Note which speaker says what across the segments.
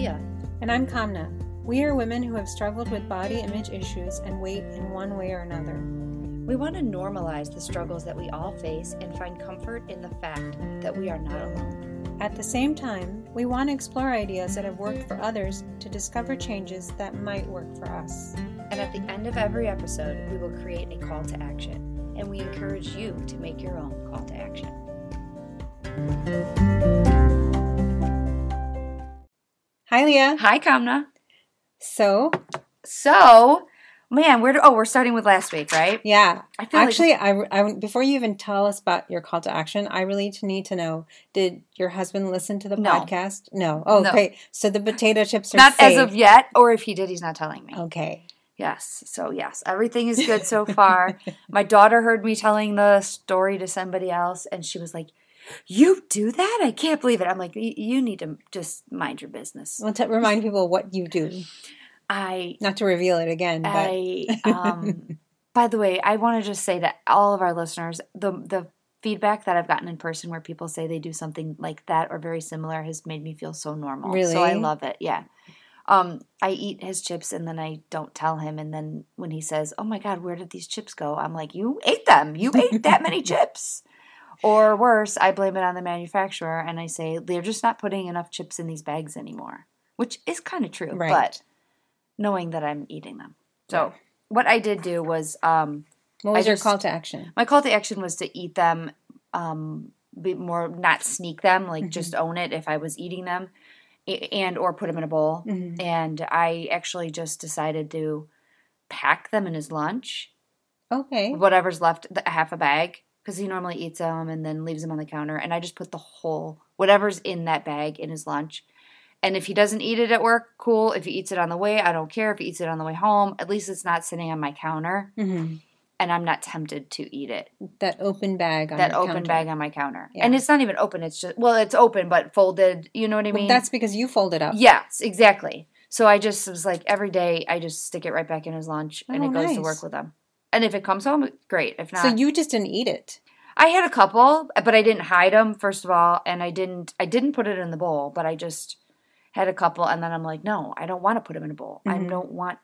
Speaker 1: And I'm Kamna. We are women who have struggled with body image issues and weight in one way or another.
Speaker 2: We want to normalize the struggles that we all face and find comfort in the fact that we are not alone.
Speaker 1: At the same time, we want to explore ideas that have worked for others to discover changes that might work for us.
Speaker 2: And at the end of every episode, we will create a call to action, and we encourage you to make your own call to action.
Speaker 1: Hi, Leah.
Speaker 2: Hi, Kamna.
Speaker 1: So,
Speaker 2: So, man, we're oh, we're starting with last week, right?
Speaker 1: yeah,
Speaker 2: I feel
Speaker 1: actually, I, I before you even tell us about your call to action, I really t- need to know: Did your husband listen to the
Speaker 2: No.
Speaker 1: podcast? No. Oh,
Speaker 2: No.
Speaker 1: great. So the potato chips are
Speaker 2: not as
Speaker 1: safe.
Speaker 2: of yet, or if he did, he's not telling me.
Speaker 1: Okay.
Speaker 2: Yes. So, yes, everything is good so far. My daughter heard me telling the story to somebody else, and she was like, You do that? I can't believe it. I'm like, "Y- You need to just mind your business.
Speaker 1: Well, to remind people what you do,
Speaker 2: I,
Speaker 1: not to reveal it again. But
Speaker 2: I, um, by the way, I want to just say that all of our listeners, the, the, Feedback that I've gotten in person where people say they do something like that or very similar has made me feel so normal. So I
Speaker 1: Really?
Speaker 2: love it. Yeah. Um, I eat his chips and then I don't tell him. And then when he says, "Oh my God, where did these chips go?" I'm like, "You ate them. You ate that many chips." Or worse, I blame it on the manufacturer and I say they're just not putting enough chips in these bags anymore, which is kind of true.
Speaker 1: Right.
Speaker 2: But knowing that I'm eating them, so what I did do was um,
Speaker 1: what
Speaker 2: I
Speaker 1: was your
Speaker 2: just-
Speaker 1: call to action?
Speaker 2: my call to action was to eat them um be more not sneak them like just own it if i was eating them a- and or put them in a bowl
Speaker 1: Mhm.
Speaker 2: and i actually just decided to pack them in his lunch
Speaker 1: Okay.
Speaker 2: whatever's left the, half a bag because he normally eats them and then leaves them on the counter and i just put the whole whatever's in that bag in his lunch and if he doesn't eat it at work cool if he eats it on the way i don't care if he eats it on the way home at least it's not sitting on my counter
Speaker 1: hmm
Speaker 2: and i'm not tempted to eat it
Speaker 1: That open bag on
Speaker 2: that
Speaker 1: your
Speaker 2: open
Speaker 1: counter.
Speaker 2: bag on my counter.
Speaker 1: Yeah.
Speaker 2: And it's not even open, it's just well, it's open but folded, you know what I
Speaker 1: But
Speaker 2: mean?
Speaker 1: that's because you fold it up.
Speaker 2: yes, exactly. So I just was like every day I just stick it right back in his lunch and
Speaker 1: Oh,
Speaker 2: it goes to
Speaker 1: nice.
Speaker 2: work with him. And if it comes home, great. If not,
Speaker 1: So you just didn't eat it.
Speaker 2: I had a couple, but I didn't hide them first of all, and I didn't I didn't put it in the bowl, but I just had a couple and then I'm like, no, I don't want to put them in a bowl. I
Speaker 1: Mhm.
Speaker 2: don't want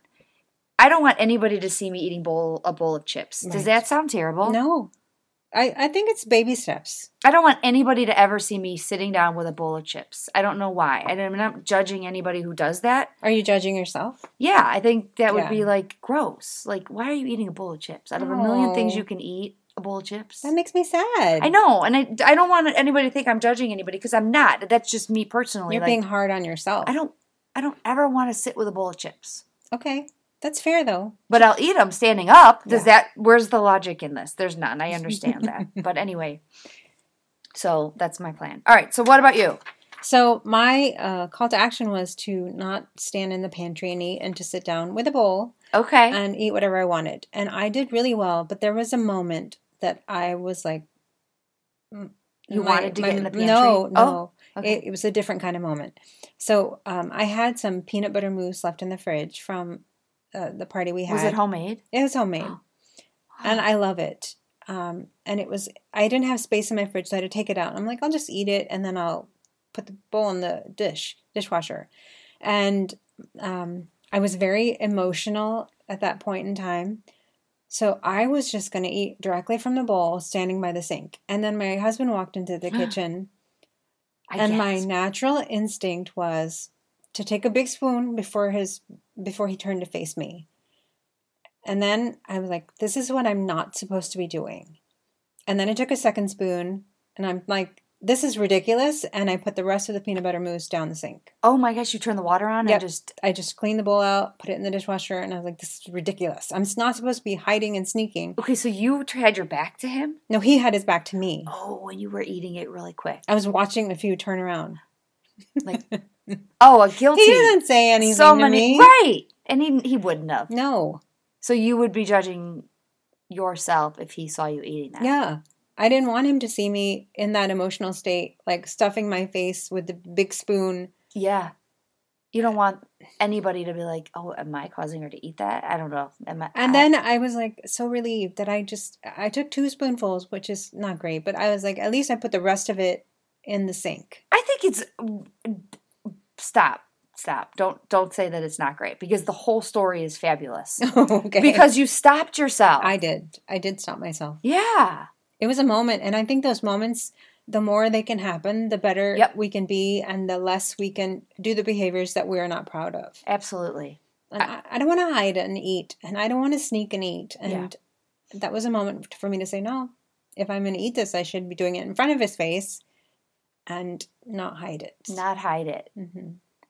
Speaker 2: I don't want anybody to see me eating bowl a bowl of chips.
Speaker 1: Right.
Speaker 2: Does that sound terrible?
Speaker 1: No. I, I think it's baby steps.
Speaker 2: I don't want anybody to ever see me sitting down with a bowl of chips. I don't know why. And I'm not judging anybody who does that.
Speaker 1: Are you judging yourself?
Speaker 2: Yeah, I think that would
Speaker 1: Yeah.
Speaker 2: be like gross. Like, why are you eating a bowl of chips? Out of a million things
Speaker 1: No.
Speaker 2: you can eat, a bowl of chips.
Speaker 1: That makes me sad.
Speaker 2: I know. And I, I don't want anybody to think I'm judging anybody because I'm not. That's just me personally.
Speaker 1: You're
Speaker 2: like,
Speaker 1: being hard on yourself.
Speaker 2: I don't. I don't ever want to sit with a bowl of chips,
Speaker 1: Okay. That's fair though.
Speaker 2: but I'll eat them standing up. Does that? Where's the logic in this? There's none. I understand that, but anyway. So that's my plan. All right. So what about you?
Speaker 1: So my uh, call to action was to not stand in the pantry and eat and to sit down with a bowl
Speaker 2: Okay.
Speaker 1: and eat whatever I wanted. And I did really well, but there was a moment that I was like, mm,
Speaker 2: You
Speaker 1: my-
Speaker 2: wanted to
Speaker 1: my-
Speaker 2: get in the pantry?
Speaker 1: No,
Speaker 2: Oh,
Speaker 1: no.
Speaker 2: okay.
Speaker 1: It, it was a different kind of moment. So um, I had some peanut butter mousse left in the fridge from uh, the party we had.
Speaker 2: was it homemade?
Speaker 1: It was homemade, and I love it. Um, and it was I didn't have space in my fridge, so I had to take it out. I'm like, I'll just eat it, and then I'll put the bowl in the dish dishwasher. And um, I was very emotional at that point in time, so I was just going to eat directly from the bowl, standing by the sink. And then my husband walked into the kitchen,
Speaker 2: I
Speaker 1: and my
Speaker 2: guess.
Speaker 1: natural instinct was to take a big spoon before his before he turned to face me. And then I was like, this is what I'm not supposed to be doing. And then I took a second spoon and I'm like, this is ridiculous. And I put the rest of the peanut butter mousse down the sink.
Speaker 2: Oh my gosh! You turn the water on
Speaker 1: Yep.
Speaker 2: and just
Speaker 1: I just cleaned the bowl out, put it in the dishwasher, and I was like, this is ridiculous. I'm not supposed to be hiding and sneaking.
Speaker 2: okay. So you t- had your back to him.
Speaker 1: No, he had his back to me.
Speaker 2: Oh, and you were eating it really quick.
Speaker 1: I was watching a few turn around.
Speaker 2: Oh, a
Speaker 1: He
Speaker 2: guilty.
Speaker 1: didn't say anything
Speaker 2: so
Speaker 1: to
Speaker 2: many
Speaker 1: me.
Speaker 2: right, and he he wouldn't have.
Speaker 1: No.
Speaker 2: So you would be judging yourself if he saw you eating that.
Speaker 1: Yeah. I didn't want him to see me in that emotional state, like stuffing my face with the big spoon.
Speaker 2: Yeah. You don't want anybody to be like, "Oh, am I causing her to eat that?" I don't know. Am I?
Speaker 1: And
Speaker 2: I-
Speaker 1: then I was like so relieved that I just I took two spoonfuls, which is not great, but I was like at least I put the rest of it in the sink.
Speaker 2: I think it's stop. stop. Don't don't say that it's not great because the whole story is fabulous.
Speaker 1: okay.
Speaker 2: Because you stopped yourself.
Speaker 1: I did. I did stop myself.
Speaker 2: yeah.
Speaker 1: It was a moment. And I think those moments, the more they can happen, the better
Speaker 2: Yep.
Speaker 1: we can be and the less we can do the behaviors that we are not proud of.
Speaker 2: Absolutely.
Speaker 1: And I, I don't want to hide and eat and I don't want to sneak and eat. And that was a moment for me to say, no, if I'm going to eat this, I should be doing it in front of his face and not hide it.
Speaker 2: Not hide it.
Speaker 1: hmm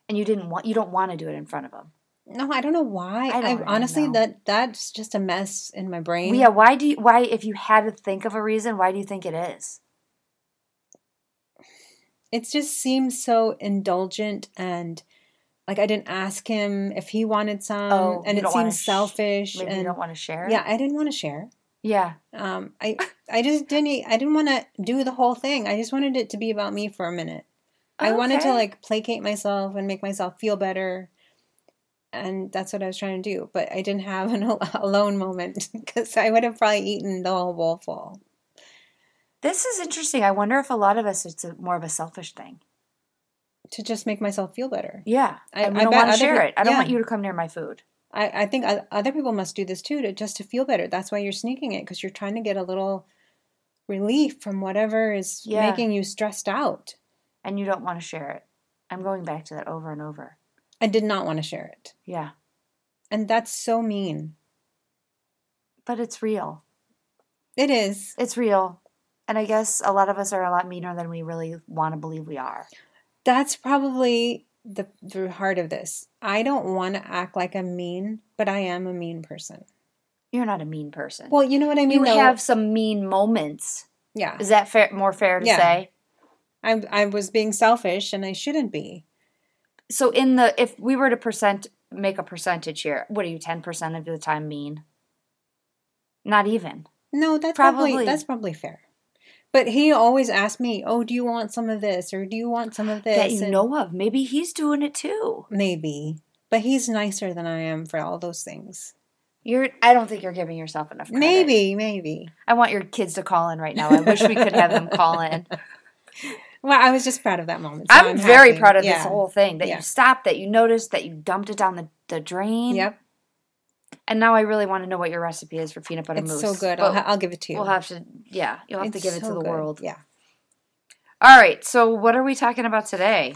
Speaker 2: And you didn't want you don't want to do it in front of them.
Speaker 1: No, I don't know why.
Speaker 2: I
Speaker 1: I,
Speaker 2: don't really
Speaker 1: honestly,
Speaker 2: know.
Speaker 1: that that's just a mess in my brain.
Speaker 2: Yeah, why do you why if you had to think of a reason, why do you think it is?
Speaker 1: it just seems so indulgent and like I didn't ask him if he wanted some,
Speaker 2: Oh,
Speaker 1: and
Speaker 2: you
Speaker 1: it
Speaker 2: don't wanna
Speaker 1: seems
Speaker 2: sh-
Speaker 1: selfish.
Speaker 2: Maybe
Speaker 1: and
Speaker 2: you don't want to share.
Speaker 1: yeah, I didn't want to share.
Speaker 2: Yeah.
Speaker 1: Um, I I just didn't. e, I didn't want to do the whole thing. I just wanted it to be about me for a minute. I wanted to
Speaker 2: Okay.
Speaker 1: like placate myself and make myself feel better, and that's what I was trying to do. But I didn't have an al- alone moment because I would have probably eaten the whole bowl full.
Speaker 2: This is interesting. I wonder if a lot of us it's a, more of a selfish thing.
Speaker 1: to just make myself feel better.
Speaker 2: Yeah. I,
Speaker 1: I-
Speaker 2: I
Speaker 1: I
Speaker 2: don't
Speaker 1: bet
Speaker 2: want to
Speaker 1: other
Speaker 2: share
Speaker 1: peop-
Speaker 2: it. I don't
Speaker 1: yeah.
Speaker 2: want you to come near my food.
Speaker 1: I, I think o- other people must do this too to just to feel better. That's why you're sneaking it because you're trying to get a little relief from whatever is
Speaker 2: Yeah.
Speaker 1: making you stressed out.
Speaker 2: And you don't want to share it. I'm going back to that over and over.
Speaker 1: I did not want to share it,
Speaker 2: Yeah.
Speaker 1: and that's so mean.
Speaker 2: But it's real.
Speaker 1: It is.
Speaker 2: It's real. And I guess a lot of us are a lot meaner than we really want to believe we are.
Speaker 1: That's probably the the heart of this. I don't want to act like I'm mean, but I am a mean person.
Speaker 2: You're not a mean person.
Speaker 1: Well, you know what I mean.
Speaker 2: you
Speaker 1: though?
Speaker 2: have some mean moments.
Speaker 1: yeah.
Speaker 2: Is that fair, more fair to
Speaker 1: Yeah.
Speaker 2: say?
Speaker 1: I I was being selfish, and I shouldn't be.
Speaker 2: So in the if we were to percent make a percentage here, what are you 10% of the time mean? Not even.
Speaker 1: No, that's probably,
Speaker 2: Probably.
Speaker 1: that's probably fair. But he always asked me, "Oh, do you want some of this or do you want some of this?"
Speaker 2: that you
Speaker 1: And
Speaker 2: know of. Maybe he's doing it too.
Speaker 1: maybe. But he's nicer than I am for all those things.
Speaker 2: You're I don't think you're giving yourself enough credit.
Speaker 1: Maybe, maybe.
Speaker 2: I want your kids to call in right now. I wish we could have them call in.
Speaker 1: Well, I was just proud of that moment. so
Speaker 2: I'm, very
Speaker 1: happy.
Speaker 2: proud of this
Speaker 1: Yeah.
Speaker 2: whole thing that
Speaker 1: Yeah.
Speaker 2: you stopped, that you noticed, that you dumped it down the, the drain.
Speaker 1: Yep,
Speaker 2: And now I really want to know what your recipe is for peanut butter
Speaker 1: it's
Speaker 2: mousse.
Speaker 1: so good. I'll,
Speaker 2: But
Speaker 1: ha- I'll give it to you.
Speaker 2: we'll have to, yeah, you'll have to
Speaker 1: It's
Speaker 2: give it
Speaker 1: so
Speaker 2: to the
Speaker 1: good.
Speaker 2: world.
Speaker 1: Yeah.
Speaker 2: All right. So, what are we talking about today?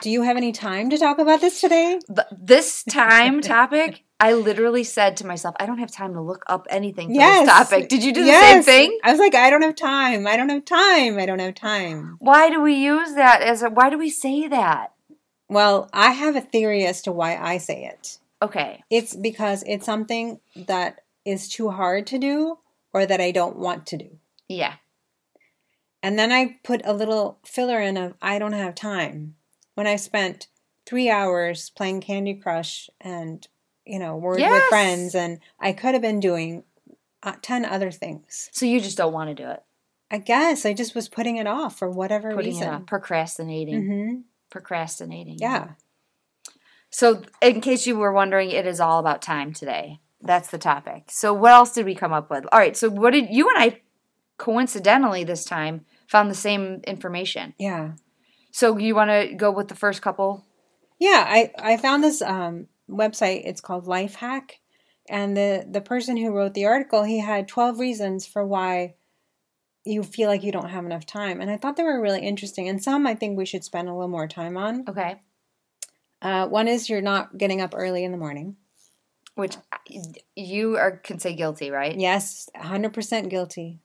Speaker 1: Do you have any time to talk about this today?
Speaker 2: Th- This time topic, I literally said to myself, I don't have time to look up anything for
Speaker 1: Yes.
Speaker 2: this topic. Did you do the
Speaker 1: Yes.
Speaker 2: same thing?
Speaker 1: I was like, I don't have time. I don't have time. I don't have time.
Speaker 2: Why do we use that as a, why do we say that?
Speaker 1: Well, I have a theory as to why I say it.
Speaker 2: Okay.
Speaker 1: It's because it's something that is too hard to do or that I don't want to do.
Speaker 2: Yeah.
Speaker 1: And then I put a little filler in of I don't have time when I spent three hours playing Candy Crush and, you know, word with
Speaker 2: Yes.
Speaker 1: friends. And I could have been doing uh, 10 other things.
Speaker 2: So, you just don't want to do it.
Speaker 1: I guess I just was putting it off for whatever
Speaker 2: Putting it
Speaker 1: reason.
Speaker 2: off, procrastinating.
Speaker 1: hmm
Speaker 2: procrastinating.
Speaker 1: Yeah.
Speaker 2: So, in case you were wondering, it is all about time today. That's the topic. So, what else did we come up with? All right. So, what did you and I coincidentally this time found the same information?
Speaker 1: Yeah.
Speaker 2: So, you want to go with the first couple?
Speaker 1: Yeah, I, I found this um, website. It's called Lifehack. And the, the person who wrote the article, he had 12 reasons for why you feel like you don't have enough time. And I thought they were really interesting. And some I think we should spend a little more time on.
Speaker 2: Okay.
Speaker 1: Uh, one is you're not getting up early in the morning.
Speaker 2: Which you are can say guilty, right?
Speaker 1: Yes, 100% guilty.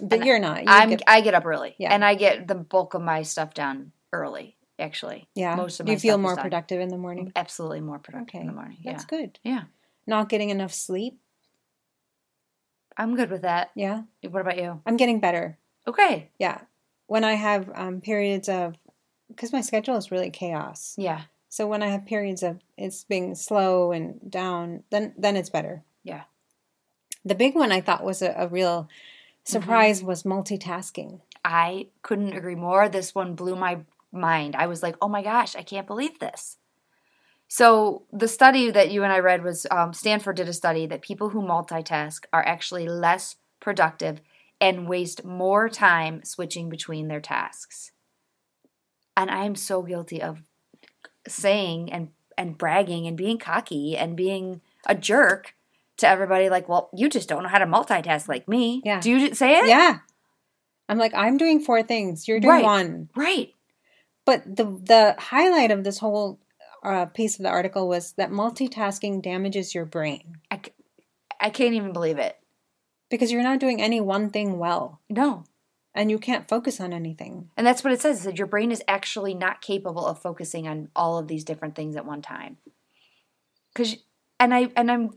Speaker 1: But
Speaker 2: And
Speaker 1: you're not. You
Speaker 2: I'm.
Speaker 1: get-
Speaker 2: I get up early,
Speaker 1: Yeah.
Speaker 2: and I get the bulk of my stuff done early. Actually,
Speaker 1: yeah.
Speaker 2: most of
Speaker 1: Do
Speaker 2: my
Speaker 1: you feel
Speaker 2: stuff is
Speaker 1: more
Speaker 2: done.
Speaker 1: productive in the morning?
Speaker 2: absolutely more productive in
Speaker 1: Okay,
Speaker 2: the morning. Yeah,
Speaker 1: That's good.
Speaker 2: yeah.
Speaker 1: Not getting enough sleep.
Speaker 2: I'm good with that.
Speaker 1: Yeah.
Speaker 2: What about you?
Speaker 1: I'm getting better.
Speaker 2: Okay.
Speaker 1: Yeah. When I have um, periods of, because my schedule is really chaos.
Speaker 2: Yeah.
Speaker 1: So when I have periods of it's being slow and down, then then it's better.
Speaker 2: Yeah.
Speaker 1: The big one I thought was a, a real
Speaker 2: Mm-hmm.
Speaker 1: surprise was multitasking.
Speaker 2: I couldn't agree more. This one blew my mind. I was like, oh my gosh, I can't believe this. So, the study that you and I read was um, Stanford did a study that people who multitask are actually less productive and waste more time switching between their tasks. And I am so guilty of saying and and bragging and being cocky and being a jerk to everybody like, "Well, you just don't know how to multitask like me."
Speaker 1: Yeah.
Speaker 2: Do you ju- say it?
Speaker 1: Yeah. I'm like, I'm doing four things. You're doing
Speaker 2: Eh. Right.
Speaker 1: one.
Speaker 2: Right.
Speaker 1: But the the highlight of this whole uh, piece of the article was that multitasking damages your brain
Speaker 2: I, c- I can't even believe it.
Speaker 1: because you're not doing any one thing well,
Speaker 2: No.
Speaker 1: and you can't focus on anything.
Speaker 2: And that's what it says. It said your brain is actually not capable of focusing on all of these different things at one time. Cause and I and I'm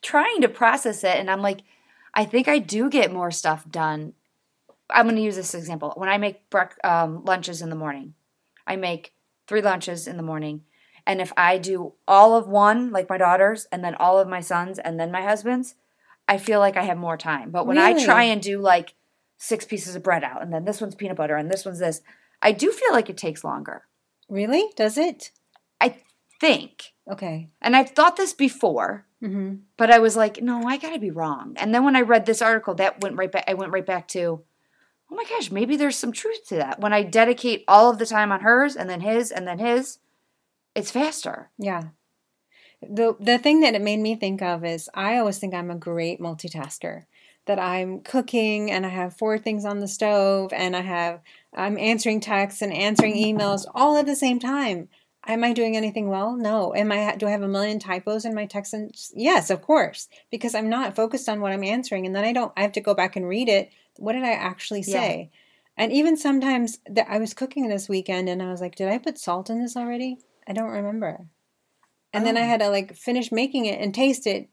Speaker 2: trying to process it and I'm like, I think I do get more stuff done. I'm gonna use this example. When I make brec- um, lunches in the morning, I make three lunches in the morning. And if I do all of one, like my daughter's, and then all of my son's, and then my husband's, I feel like I have more time. But when I
Speaker 1: Really?
Speaker 2: try and do like six pieces of bread out, and then this one's peanut butter, and this one's this, I do feel like it takes longer.
Speaker 1: Really? Does it?
Speaker 2: I think.
Speaker 1: Okay.
Speaker 2: And I've thought this before,
Speaker 1: Mm-hmm.
Speaker 2: but I was like, no, I gotta be wrong. And then when I read this article, that went right back I went right back to, oh my gosh, maybe there's some truth to that. When I dedicate all of the time on hers and then his and then his, it's faster.
Speaker 1: Yeah. The the thing that it made me think of is I always think I'm a great multitasker. That I'm cooking and I have four things on the stove and I have I'm answering texts and answering emails all at the same time. Am I doing anything well? No. Am I do I have a million typos in my texts? And yes, of course, because I'm not focused on what I'm answering and then I don't I have to go back and read it. What did I actually
Speaker 2: Yeah.
Speaker 1: say? And even sometimes that I was cooking this weekend and I was like, did I put salt in this already? I don't remember. And then I
Speaker 2: Oh.
Speaker 1: had to like finish making it and taste it,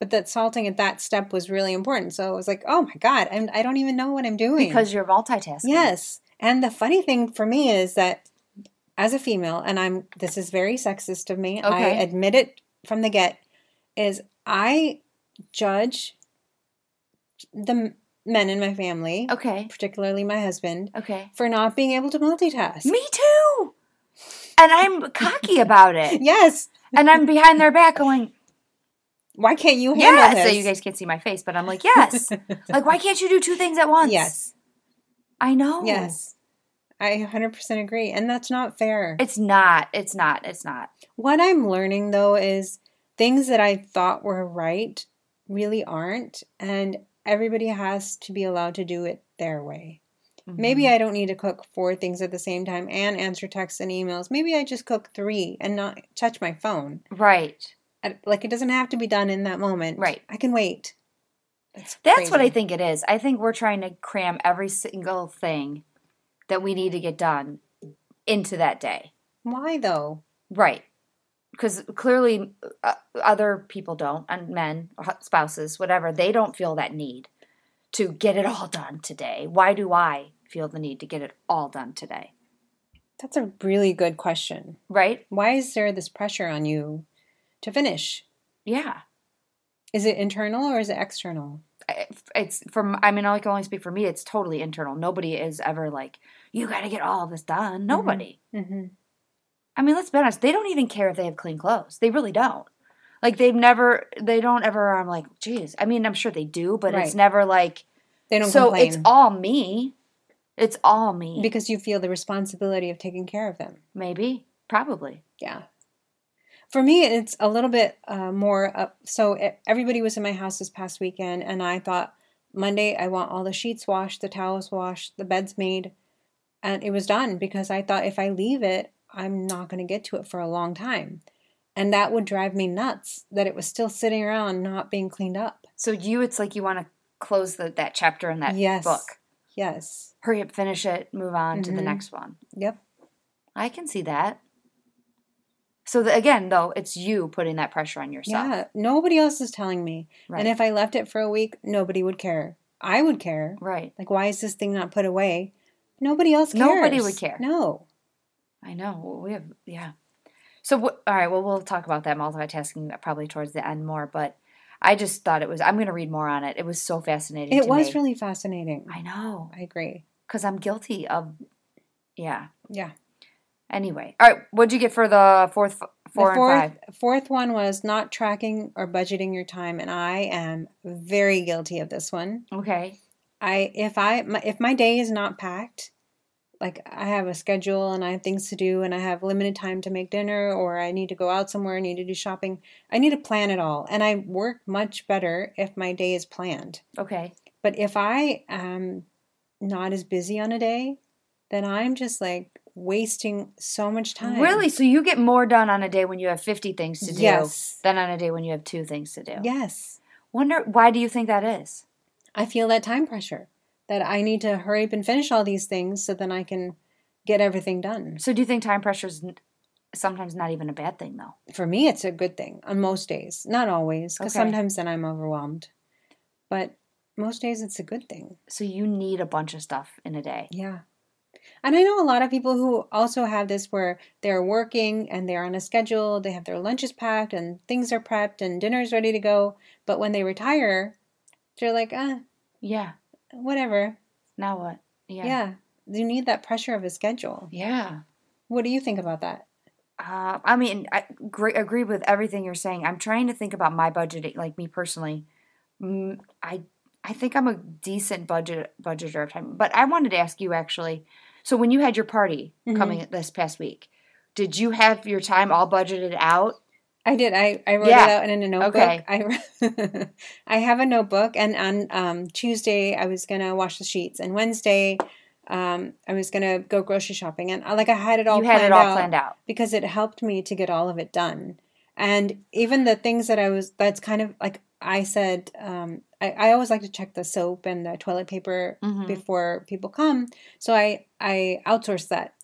Speaker 1: but that salting at that step was really important. So I was like, oh my god, I'm, I don't even know what I'm doing
Speaker 2: Because you're multitasking.
Speaker 1: Yes. And the funny thing for me is that as a female, and I'm this is very sexist of me, I
Speaker 2: Okay.
Speaker 1: admit it from the get, is I judge the m- men in my family,
Speaker 2: Okay.
Speaker 1: particularly my husband,
Speaker 2: Okay.
Speaker 1: for not being able to multitask.
Speaker 2: Me too. And I'm cocky about it.
Speaker 1: Yes.
Speaker 2: And I'm behind their back going,
Speaker 1: Why can't you handle
Speaker 2: Yeah.
Speaker 1: this?
Speaker 2: So you guys can't see my face, but I'm like, yes. like, why can't you do two things at once?
Speaker 1: Yes.
Speaker 2: I know.
Speaker 1: Yes. I 100% agree. And that's not fair.
Speaker 2: It's not. It's not. It's not.
Speaker 1: What I'm learning though is things that I thought were right really aren't. And everybody has to be allowed to do it their way.
Speaker 2: Mm-hmm.
Speaker 1: Maybe I don't need to cook four things at the same time and answer texts and emails. Maybe I just cook three and not touch my phone.
Speaker 2: Mm-hmm. Right.
Speaker 1: I- Like it doesn't have to be done in that moment.
Speaker 2: Right.
Speaker 1: I can wait.
Speaker 2: That's what I
Speaker 1: crazy.
Speaker 2: think it is. I think we're trying to cram every single thing that we need to get done into that day.
Speaker 1: Why though?
Speaker 2: Right. Because clearly uh, other people don't, and men, or hu- spouses, whatever, they don't feel that need to get it all done today. Why do I feel the need to get it all done today?
Speaker 1: That's a really good question.
Speaker 2: Right?
Speaker 1: Why is there this pressure on you to finish?
Speaker 2: Yeah.
Speaker 1: Is it internal or is it external?
Speaker 2: I- It's from, I mean, I can only speak for me, it's totally internal. Nobody is ever like, you got to get all this done. Nobody.
Speaker 1: Mm-hmm.
Speaker 2: I mean, let's be honest, they don't even care if they have clean clothes. They really don't. Like they've never they don't ever I'm like, geez. I mean, I'm sure they do, but
Speaker 1: Right.
Speaker 2: it's never like
Speaker 1: They don't
Speaker 2: so
Speaker 1: complain.
Speaker 2: it's all me. It's all me.
Speaker 1: because you feel the responsibility of taking care of them.
Speaker 2: Maybe. Probably.
Speaker 1: Yeah. For me, it's a little bit uh, more. Up, so e- everybody was in my house this past weekend, and I thought Monday I want all the sheets washed, the towels washed, the beds made, and it was done because I thought if I leave it, I'm not going to get to it for a long time, and that would drive me nuts that it was still sitting around not being cleaned up.
Speaker 2: So you it's like you want to close the, that chapter in that
Speaker 1: Yes.
Speaker 2: book.
Speaker 1: Yes.
Speaker 2: Hurry up, finish it, move on to the
Speaker 1: Mhm.
Speaker 2: next one.
Speaker 1: Yep.
Speaker 2: I can see that. So the, again, though, it's you putting that pressure on yourself.
Speaker 1: Yeah. Nobody else is telling me.
Speaker 2: Right.
Speaker 1: And if I left it for a week, nobody would care. I would care.
Speaker 2: right.
Speaker 1: Like, why is this thing not put away? Nobody else cares.
Speaker 2: Nobody would care.
Speaker 1: No.
Speaker 2: I know. Well, We have, yeah. So, what, all right. Well, we'll talk about that multitasking uh, probably towards the end more, but I just thought it was, I'm going to read more on it. It was so fascinating.
Speaker 1: It
Speaker 2: to
Speaker 1: was
Speaker 2: me.
Speaker 1: really fascinating.
Speaker 2: I know.
Speaker 1: I agree.
Speaker 2: Because I'm guilty of, yeah.
Speaker 1: Yeah.
Speaker 2: Anyway. All right. What'd you get for the fourth, four
Speaker 1: the
Speaker 2: and
Speaker 1: fourth,
Speaker 2: five?
Speaker 1: fourth one was not tracking or budgeting your time, and I am very guilty of this one.
Speaker 2: Okay.
Speaker 1: I if I my, if my day is not packed, like I have a schedule and I have things to do and I have limited time to make dinner or I need to go out somewhere, I need to do shopping. I need to plan it all. And I work much better if my day is planned.
Speaker 2: Okay.
Speaker 1: But if I am not as busy on a day, then I'm just like wasting so much time.
Speaker 2: Really? So you get more done on a day when you have 50 things to do
Speaker 1: Yes.
Speaker 2: than on a day when you have two things to do.
Speaker 1: Yes.
Speaker 2: Wonder why do you think that is?
Speaker 1: I feel that time pressure that I need to hurry up and finish all these things so then I can get everything done.
Speaker 2: So do you think time pressure is n- sometimes not even a bad thing though?
Speaker 1: For me, it's a good thing on most days, not always, because
Speaker 2: Okay.
Speaker 1: sometimes then I'm overwhelmed. But most days, it's a good thing.
Speaker 2: So you need a bunch of stuff in a day.
Speaker 1: Yeah. And I know a lot of people who also have this where they're working and they're on a schedule, they have their lunches packed and things are prepped and dinner's ready to go. But when they retire, they're like, uh,
Speaker 2: Yeah.
Speaker 1: whatever.
Speaker 2: Now what?
Speaker 1: Yeah. You need that pressure of a schedule.
Speaker 2: Yeah.
Speaker 1: What do you think about that?
Speaker 2: Uh, I mean, I agree, agree with everything you're saying. I'm trying to think about my budgeting, like me personally. Mm, I I think I'm a decent budget budgeter of time, but I wanted to ask you actually. So when you had your party
Speaker 1: Mhm.
Speaker 2: coming this past week, did you have your time all budgeted out?
Speaker 1: I did. I, I wrote
Speaker 2: Yeah.
Speaker 1: it out in a notebook.
Speaker 2: Okay.
Speaker 1: I, I have a notebook, and on um, Tuesday, I was going to wash the sheets, and Wednesday, um, I was going to go grocery shopping. And I, like I had it all
Speaker 2: you had
Speaker 1: planned
Speaker 2: it all
Speaker 1: out.
Speaker 2: planned out.
Speaker 1: because it helped me to get all of it done. And even the things that I was, that's kind of like I said, um, I, I always like to check the soap and the toilet paper
Speaker 2: Mhm.
Speaker 1: before people come. So I, I outsourced that.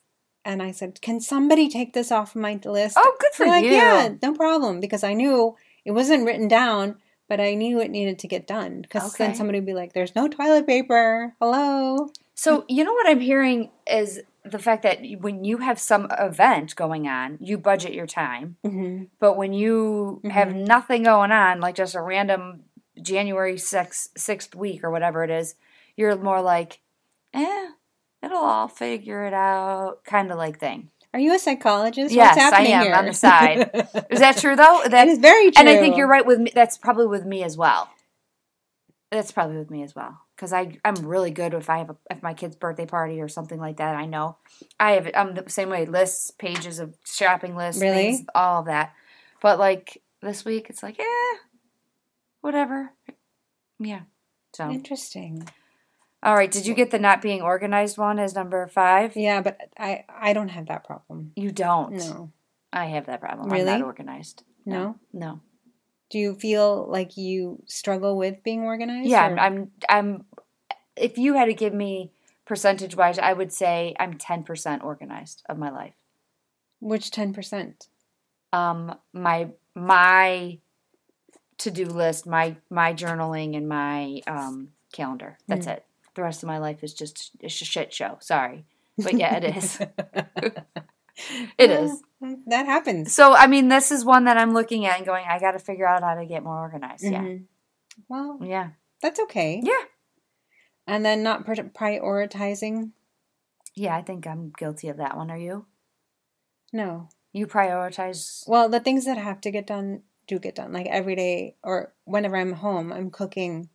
Speaker 1: And I said, can somebody take this off my list?
Speaker 2: Oh, good for
Speaker 1: They're like,
Speaker 2: you.
Speaker 1: yeah, no problem. Because I knew it wasn't written down, but I knew it needed to get done. Because then
Speaker 2: Okay.
Speaker 1: somebody would be like, there's no toilet paper. Hello.
Speaker 2: So you know what I'm hearing is the fact that you- when you have some event going on, you budget your time.
Speaker 1: hmm
Speaker 2: But when you have nothing going on, like just a random January sixth sixth week or whatever it is, you're more like, eh, it'll all figure it out, kind of like thing.
Speaker 1: Are you a psychologist?
Speaker 2: Yes,
Speaker 1: What's
Speaker 2: I
Speaker 1: happening
Speaker 2: am,
Speaker 1: here?
Speaker 2: on the side. Is that true though?
Speaker 1: That
Speaker 2: That's
Speaker 1: is very true.
Speaker 2: and I think you're right with me. That's probably with me as well. That's probably with me as well because I I'm really good if I have a, if my kid's birthday party or something like that. I know I have I'm the same way lists pages of shopping lists
Speaker 1: Really?
Speaker 2: things, all of that. But like this week, it's like eh, whatever. Yeah. So
Speaker 1: Interesting.
Speaker 2: all right, did you get the not being organized one as number five?
Speaker 1: Yeah, but I I don't have that problem.
Speaker 2: You don't.
Speaker 1: No.
Speaker 2: I have that problem. I'm
Speaker 1: Really?
Speaker 2: not organized.
Speaker 1: No.
Speaker 2: No.
Speaker 1: Do you feel like you struggle with being organized?
Speaker 2: Yeah,
Speaker 1: or-
Speaker 2: I'm, I'm. I'm. If you had to give me percentage wise, I would say I'm ten percent organized of my life.
Speaker 1: Which 10%?
Speaker 2: Um, my my to do list, my my journaling, and my um calendar. That's it. The rest of my life is just it's a shit show. Sorry, but yeah, it is. it is.
Speaker 1: Mm, That happens.
Speaker 2: So I mean, this is one that I'm looking at and going. I got to figure out how to get more organized.
Speaker 1: Mhm. Well,
Speaker 2: Yeah, yeah,
Speaker 1: that's okay.
Speaker 2: Mm. Yeah.
Speaker 1: And then not pri- prioritizing?
Speaker 2: yeah. I think I'm guilty of that one. Are you?
Speaker 1: No.
Speaker 2: You prioritize.
Speaker 1: Well, the things that have to get done do get done. Like every day or whenever I'm home, I'm cooking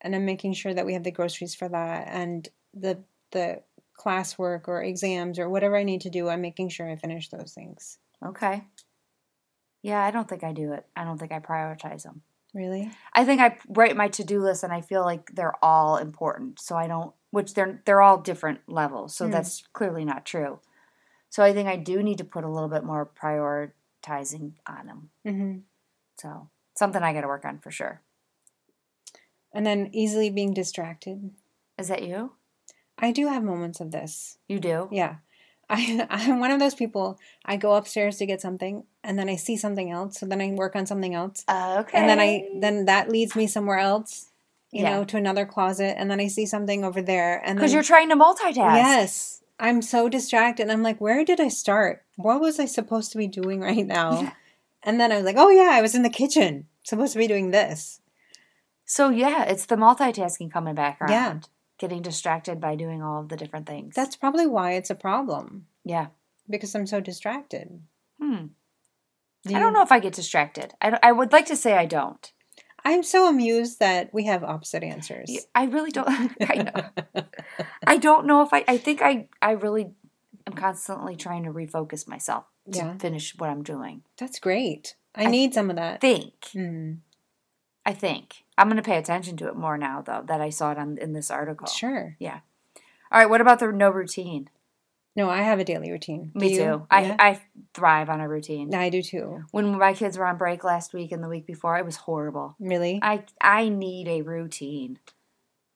Speaker 1: and I'm making sure that we have the groceries for that and the the classwork or exams or whatever I need to do, I'm making sure I finish those things.
Speaker 2: Okay. Yeah, I don't think I do it. I don't think I prioritize them.
Speaker 1: Really?
Speaker 2: I think I write my to-do list and I feel like they're all important. So I don't which they're they're all different levels. So
Speaker 1: Hmm.
Speaker 2: that's clearly not true. So I think I do need to put a little bit more prioritizing on them.
Speaker 1: hmm
Speaker 2: So something I got to work on for sure.
Speaker 1: And then easily being distracted.
Speaker 2: Is that you?
Speaker 1: I do have moments of this.
Speaker 2: You do?
Speaker 1: Yeah. I, I'm one of those people. I go upstairs to get something and then I see something else. So then I work on something else.
Speaker 2: Uh, Okay.
Speaker 1: and then I then that leads me somewhere else, you
Speaker 2: Yeah.
Speaker 1: know, to another closet, and then I see something over there, and
Speaker 2: because
Speaker 1: then-
Speaker 2: you're trying to multitask.
Speaker 1: yes, I'm so distracted. and I'm like, where did I start? What was I supposed to be doing right now? and then I was like, oh yeah, I was in the kitchen, supposed to be doing this.
Speaker 2: So yeah, it's the multitasking coming back around.
Speaker 1: Yeah.
Speaker 2: Getting distracted by doing all of the different things.
Speaker 1: That's probably why it's a problem
Speaker 2: yeah.
Speaker 1: because I'm so distracted.
Speaker 2: Hmm.
Speaker 1: Do
Speaker 2: I
Speaker 1: you- Mm.
Speaker 2: don't know if I get distracted. I, don't- I would like to say I don't.
Speaker 1: I'm so amused that we have opposite answers.
Speaker 2: Y- I really don't. I know. I don't know if I. I think I. I really am constantly trying to refocus myself to
Speaker 1: Yeah.
Speaker 2: finish what I'm doing.
Speaker 1: That's great. I,
Speaker 2: I
Speaker 1: need some of
Speaker 2: I
Speaker 1: that.
Speaker 2: think.
Speaker 1: Mm,
Speaker 2: I think I'm going to pay attention to it more now, though that I saw it on in this article.
Speaker 1: sure.
Speaker 2: All right. What about the no routine?
Speaker 1: No, I have a daily routine. Do
Speaker 2: Me
Speaker 1: you?
Speaker 2: too. I
Speaker 1: Yeah?
Speaker 2: I thrive on a routine.
Speaker 1: I do too.
Speaker 2: When my kids were on break last week and the week before, it was horrible.
Speaker 1: Really?
Speaker 2: I I need a routine.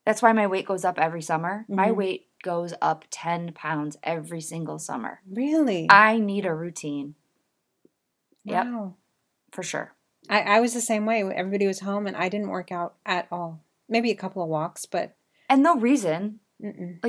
Speaker 2: That's why my weight goes up every summer. My
Speaker 1: Mhm.
Speaker 2: weight goes up 10 pounds every single summer.
Speaker 1: really?
Speaker 2: I need a routine yep.
Speaker 1: Wow.
Speaker 2: for sure.
Speaker 1: I, I was the same way. Everybody was home and I didn't work out at all. Maybe a couple of walks, but
Speaker 2: And no reason.
Speaker 1: mm-mm.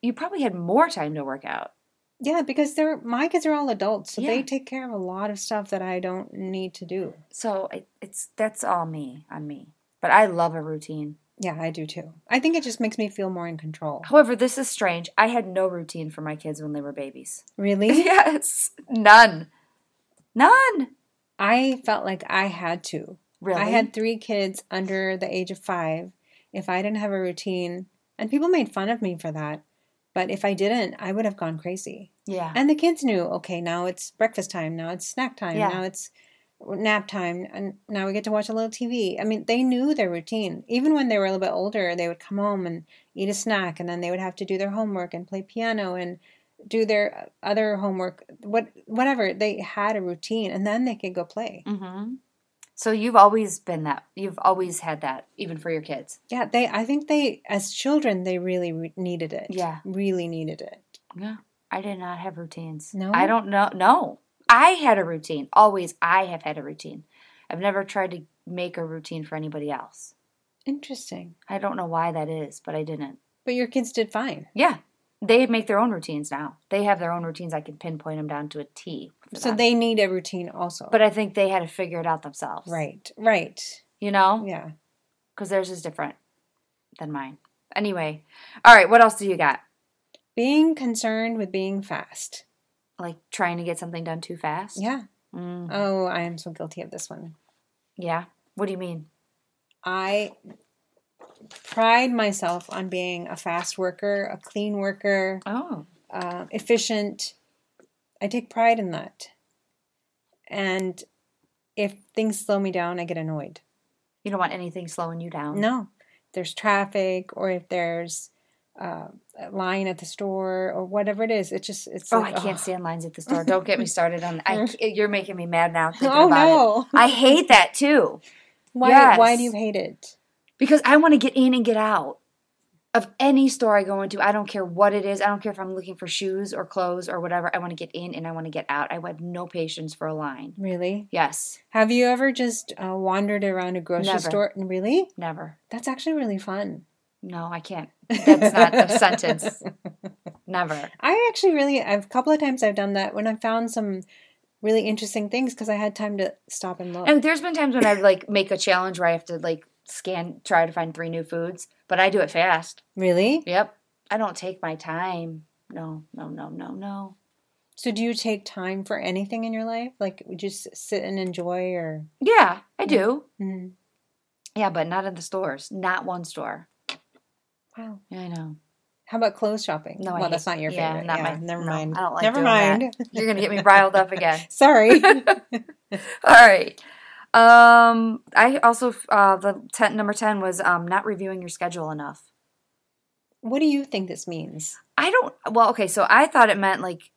Speaker 2: You probably had more time to work out.
Speaker 1: yeah, because they're my kids are all adults, so they
Speaker 2: Yeah.
Speaker 1: take care of a lot of stuff that I don't need to do.
Speaker 2: So I, it's that's all me on me. But I love a routine.
Speaker 1: Yeah, I do too. I think it just makes me feel more in control.
Speaker 2: However, this is strange. I had no routine for my kids when they were babies.
Speaker 1: Really?
Speaker 2: yes, none, none.
Speaker 1: I felt like I had to.
Speaker 2: Really?
Speaker 1: I had three kids under the age of five. If I didn't have a routine, and people made fun of me for that, but if I didn't, I would have gone crazy.
Speaker 2: yeah.
Speaker 1: And the kids knew, okay, now it's breakfast time, now it's snack time,
Speaker 2: Yeah.
Speaker 1: now it's nap time, and now we get to watch a little TV. I mean, they knew their routine. Even when they were a little bit older, they would come home and eat a snack, and then they would have to do their homework and play piano and do their other homework, what whatever. They had a routine, and then they could go play.
Speaker 2: Mm-hmm. So you've always been that. You've always had that, even for your kids.
Speaker 1: Yeah, they. I think they, as children, they really re- needed it.
Speaker 2: Yeah.
Speaker 1: really needed it.
Speaker 2: Yeah. I did not have routines.
Speaker 1: No?
Speaker 2: I don't know. No. I had a routine. Always, I have had a routine. I've never tried to make a routine for anybody else.
Speaker 1: Interesting.
Speaker 2: I don't know why that is, but I didn't.
Speaker 1: But your kids did fine,
Speaker 2: Yeah. They make their own routines now. They have their own routines. I can pinpoint them down to a T. for
Speaker 1: so
Speaker 2: them.
Speaker 1: they need a routine also.
Speaker 2: But I think they had to figure it out themselves.
Speaker 1: right, right.
Speaker 2: You know?
Speaker 1: Yeah.
Speaker 2: Because theirs is different than mine. Anyway. All right. What else do you got?
Speaker 1: Being concerned with being fast.
Speaker 2: Like trying to get something done too fast?
Speaker 1: Yeah.
Speaker 2: Mm,
Speaker 1: Oh, I am so guilty of this one.
Speaker 2: yeah. What do you mean?
Speaker 1: I pride myself on being a fast worker, a clean worker,
Speaker 2: Oh.
Speaker 1: uh, efficient. I take pride in that. And if things slow me down, I get annoyed.
Speaker 2: You don't want anything slowing you down.
Speaker 1: No, If there's traffic or if there's uh, a line at the store or whatever it is. It's just it's
Speaker 2: Oh, I
Speaker 1: like,
Speaker 2: can't
Speaker 1: ugh.
Speaker 2: stand lines at the store. Don't get me started on. I, ca- you're making me mad now. Thinking
Speaker 1: Oh
Speaker 2: about It.
Speaker 1: no!
Speaker 2: I hate that too
Speaker 1: Why?
Speaker 2: Yes.
Speaker 1: Why do you hate it?
Speaker 2: because I want to get in and get out of any store I go into. I don't care what it is. I don't care if I'm looking for shoes or clothes or whatever. I want to get in and I want to get out. I have no patience for a line.
Speaker 1: Really?
Speaker 2: Yes,
Speaker 1: Have you ever just uh, wandered around a grocery
Speaker 2: Never.
Speaker 1: store? And really,
Speaker 2: never.
Speaker 1: that's actually really fun.
Speaker 2: No, I can't. That's not a sentence. Never.
Speaker 1: I actually really, I've, a couple of times I've done that when I found some really interesting things because I had time to stop and look.
Speaker 2: And there's been times when I like make a challenge where I have to like scan, try to find three new foods, but I do it fast.
Speaker 1: really?
Speaker 2: Yep. I don't take my time. No, no, no, no, no.
Speaker 1: So, do you take time for anything in your life? Like, would you s- sit and enjoy, or
Speaker 2: Yeah, I do.
Speaker 1: Mhm.
Speaker 2: Yeah, but not in the stores. Not one store.
Speaker 1: wow?
Speaker 2: Yeah, I know.
Speaker 1: How about clothes shopping?
Speaker 2: No, I
Speaker 1: well,
Speaker 2: hate-
Speaker 1: that's not your
Speaker 2: yeah,
Speaker 1: favorite.
Speaker 2: not
Speaker 1: yeah,
Speaker 2: my-
Speaker 1: never
Speaker 2: no,
Speaker 1: mind.
Speaker 2: I don't like
Speaker 1: never
Speaker 2: doing that.
Speaker 1: mind.
Speaker 2: You're gonna get me riled up again.
Speaker 1: Sorry.
Speaker 2: All right. Um, I also uh, the ten, number ten was um, not reviewing your schedule enough.
Speaker 1: what do you think this means?
Speaker 2: I don't. Well, okay. So I thought it meant like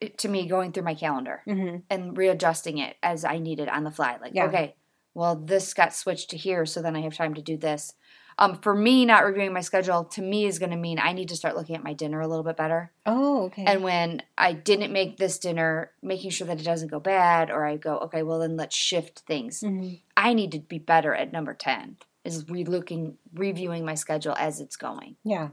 Speaker 2: it- to me going through my calendar.
Speaker 1: hmm
Speaker 2: and readjusting it as I needed on the fly. Like,
Speaker 1: Yeah.
Speaker 2: okay, well, this got switched to here, so then I have time to do this. Um, for me, not reviewing my schedule to me is going to mean I need to start looking at my dinner a little bit better.
Speaker 1: Oh, okay.
Speaker 2: And when I didn't make this dinner, making sure that it doesn't go bad, or I go, okay, well, then let's shift things.
Speaker 1: Mhm.
Speaker 2: I need to be better at number 10 is relooking, reviewing my schedule as it's going
Speaker 1: Yeah.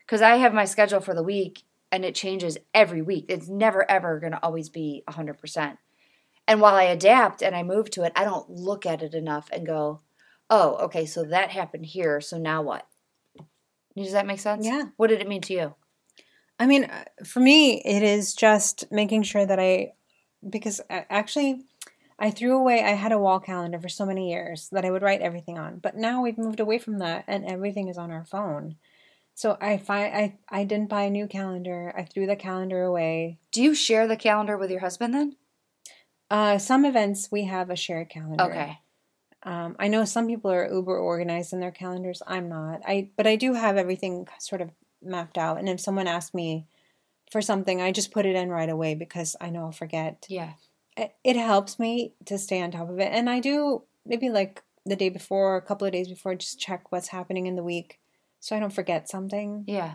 Speaker 2: because I have my schedule for the week and it changes every week. It's never ever going to always be 100%. And while I adapt and I move to it, I don't look at it enough and go, oh, okay, so that happened here. So now what? Does that make sense?
Speaker 1: Yeah.
Speaker 2: What did it mean to you?
Speaker 1: I mean, uh, for me, it is just making sure that I, because a- uh, actually, I threw away, I had a wall calendar for so many years that I would write everything on, but now we've moved away from that and everything is on our phone. So I find I I didn't buy a new calendar. I threw the calendar away.
Speaker 2: Do you share the calendar with your husband then?
Speaker 1: Uh, some events we have a shared calendar.
Speaker 2: Okay.
Speaker 1: Um, I know some people are uber organized in their calendars. I'm not. I but I do have everything sort of mapped out. And if someone asks me for something, I just put it in right away because I know I'll forget.
Speaker 2: Yeah.
Speaker 1: It, it helps me to stay on top of it, and I do maybe like the day before, a couple of days before, just check what's happening in the week, so I don't forget something.
Speaker 2: Yeah.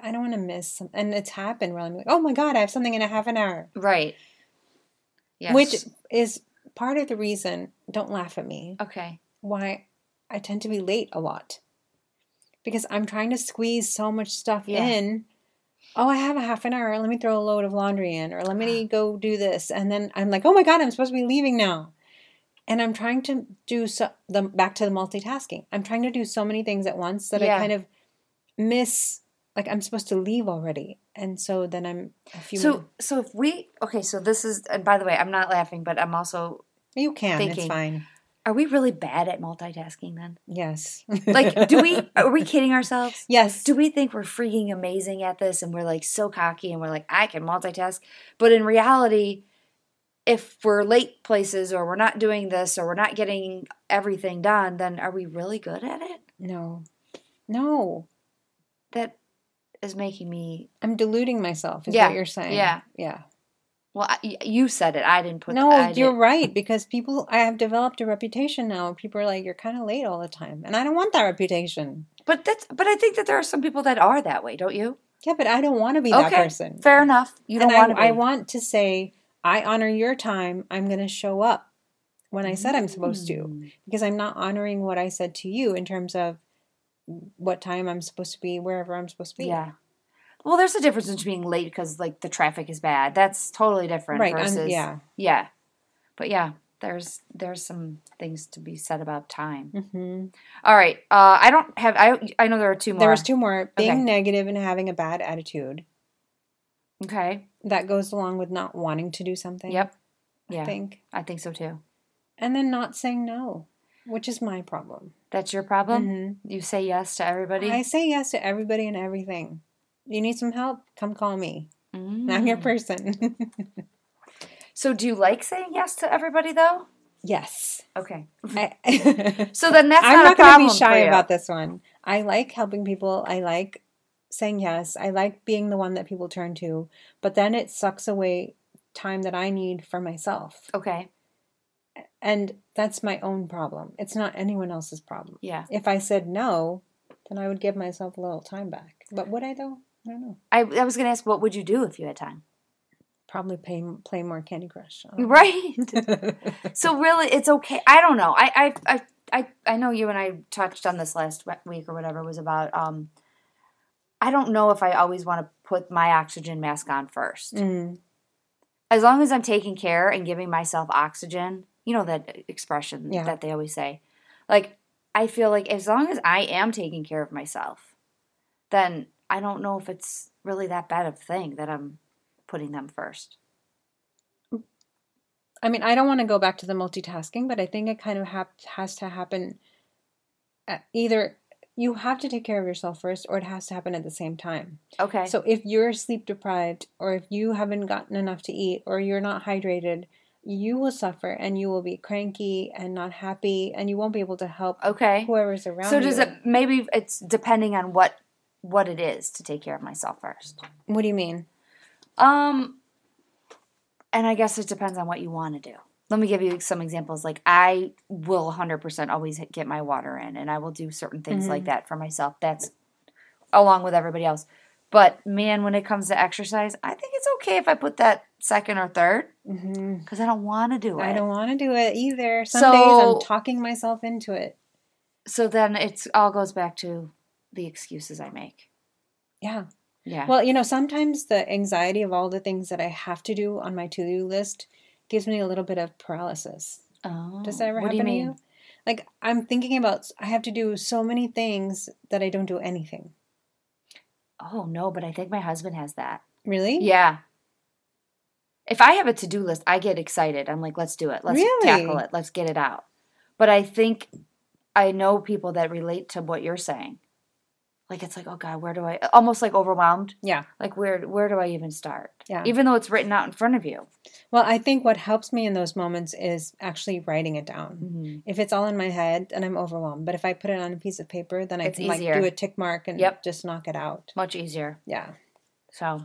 Speaker 1: I don't want to miss some, and it's happened where I'm like, oh my god, I have something in a half an hour,
Speaker 2: Right. Yes.
Speaker 1: which is part of the reason. Don't laugh at me.
Speaker 2: okay.
Speaker 1: why I tend to be late a lot because I'm trying to squeeze so much stuff
Speaker 2: Yeah.
Speaker 1: in. Oh, I have a half an hour. Let me throw a load of laundry in, or let me go do this. And then I'm like, oh my God, I'm supposed to be leaving now. And I'm trying to do so, the, back to the multitasking. I'm trying to do so many things at once that I
Speaker 2: Yeah.
Speaker 1: kind of miss, like, I'm supposed to leave already. And so then I'm a few.
Speaker 2: So so if we okay, so this is and by the way, I'm not laughing, but I'm also
Speaker 1: you can, it's
Speaker 2: thinking.
Speaker 1: fine.
Speaker 2: are we really bad at multitasking then?
Speaker 1: Yes.
Speaker 2: Like do we are we kidding ourselves?
Speaker 1: Yes.
Speaker 2: Do we think we're freaking amazing at this and we're like so cocky and we're like I can multitask, but in reality if we're late places or we're not doing this or we're not getting everything done, then are we really good at it?
Speaker 1: No. No.
Speaker 2: That is making me
Speaker 1: I'm deluding myself, is
Speaker 2: Yeah,
Speaker 1: what you're saying.
Speaker 2: yeah.
Speaker 1: Yeah.
Speaker 2: well. I, y- you said it. I didn't put.
Speaker 1: no,
Speaker 2: I
Speaker 1: you're
Speaker 2: didn't-
Speaker 1: right, because people, I have developed a reputation now. People are like, you're kind of late all the time. And I don't want that reputation.
Speaker 2: But that's. But I think that there are some people that are that way, don't you?
Speaker 1: Yeah, but I don't want to be that
Speaker 2: Okay,
Speaker 1: person.
Speaker 2: Fair enough. You
Speaker 1: and
Speaker 2: don't want to.
Speaker 1: I, I want to say, I honor your time. I'm going to show up when I said I'm supposed
Speaker 2: Mm. Hmm.
Speaker 1: to, because I'm not honoring what I said to you in terms of what time I'm supposed to be, wherever I'm supposed to be.
Speaker 2: Yeah. Well, there's a difference between being late because like the traffic is bad. That's totally different.
Speaker 1: Right. I'm-
Speaker 2: Versus,
Speaker 1: yeah.
Speaker 2: Yeah. But yeah, there's there's some things to be said about time.
Speaker 1: hmm
Speaker 2: All right. Uh, I don't have. I I know there are two more.
Speaker 1: There was two more being
Speaker 2: Okay.
Speaker 1: negative and having a bad attitude.
Speaker 2: Okay.
Speaker 1: That goes along with not wanting to do something.
Speaker 2: Yep.
Speaker 1: I
Speaker 2: Yeah.
Speaker 1: think.
Speaker 2: I think so too.
Speaker 1: And then not saying no, which is my problem.
Speaker 2: That's your problem.
Speaker 1: Mhm.
Speaker 2: You say yes to everybody.
Speaker 1: I say yes to everybody and everything. You need some help? Come call me. I'm your
Speaker 2: Mm.
Speaker 1: person.
Speaker 2: So do you like saying yes to everybody though?
Speaker 1: yes.
Speaker 2: Okay.
Speaker 1: I,
Speaker 2: So then that's
Speaker 1: I'm
Speaker 2: not,
Speaker 1: not
Speaker 2: a
Speaker 1: going
Speaker 2: problem
Speaker 1: to be
Speaker 2: for
Speaker 1: shy
Speaker 2: you.
Speaker 1: about this one. I like helping people. I like saying yes. I like being the one that people turn to. But then it sucks away time that I need for myself.
Speaker 2: Okay.
Speaker 1: And that's my own problem. It's not anyone else's problem.
Speaker 2: Yeah.
Speaker 1: If I said no, then I would give myself a little time back. But would I though? I don't know.
Speaker 2: I, I was going to ask, what would you do if you had time?
Speaker 1: Probably play play more Candy Crush. I don't know.
Speaker 2: Right. so really, it's okay. I don't know. I, I, I, I, I know you and I touched on this last we- week or whatever it was about. Um, I don't know if I always want to put my oxygen mask on first.
Speaker 1: Mm,
Speaker 2: As long as I'm taking care and giving myself oxygen, you know that expression
Speaker 1: Yeah.
Speaker 2: that they always say. Like, I feel like as long as I am taking care of myself, then I don't know if it's really that bad of a thing that I'm putting them first.
Speaker 1: I mean, I don't want to go back to the multitasking, but I think it kind of hap- has to happen. At either you have to take care of yourself first, or it has to happen at the same time.
Speaker 2: Okay.
Speaker 1: So if you're sleep deprived, or if you haven't gotten enough to eat, or you're not hydrated, you will suffer, and you will be cranky and not happy, and you won't be able to help
Speaker 2: okay.
Speaker 1: whoever's around.
Speaker 2: So does
Speaker 1: you.
Speaker 2: it maybe it's depending on what what it is to take care of myself first.
Speaker 1: What do you mean?
Speaker 2: Um and I guess it depends on what you want to do. Let me give you some examples. Like I will 100% always get my water in and I will do certain things like
Speaker 1: Mm-hmm.
Speaker 2: that for myself. That's along with everybody else. But man, when it comes to exercise, I think it's okay if I put that second or third
Speaker 1: hmm
Speaker 2: cuz I don't want to do it.
Speaker 1: I don't want to do it either. Some
Speaker 2: So-
Speaker 1: days I'm talking myself into it.
Speaker 2: So then it's all goes back to the excuses I make.
Speaker 1: Yeah.
Speaker 2: Yeah.
Speaker 1: Well, you know, sometimes the anxiety of all the things that I have to do on my to do list gives me a little bit of paralysis.
Speaker 2: oh,
Speaker 1: Does that ever
Speaker 2: what do
Speaker 1: happen
Speaker 2: you
Speaker 1: to
Speaker 2: mean?
Speaker 1: you? Like, I'm thinking about, I have to do so many things that I don't do anything.
Speaker 2: Oh no, but I think my husband has that.
Speaker 1: Really?
Speaker 2: Yeah. If I have a to do list, I get excited. I'm like, let's do it. Let's
Speaker 1: Really?
Speaker 2: tackle it. Let's get it out. But I think I know people that relate to what you're saying. Like it's like, oh God, where do I almost like overwhelmed?
Speaker 1: Yeah.
Speaker 2: Like where where do I even start?
Speaker 1: Yeah.
Speaker 2: Even though it's written out in front of you.
Speaker 1: Well, I think what helps me in those moments is actually writing it
Speaker 2: Mm-hmm.
Speaker 1: down. If it's all in my head, then I'm overwhelmed. But if I put it on a piece of paper, then I
Speaker 2: It's
Speaker 1: can like
Speaker 2: easier.
Speaker 1: do a tick mark and
Speaker 2: Yep.
Speaker 1: just knock it out.
Speaker 2: Much easier.
Speaker 1: Yeah.
Speaker 2: So,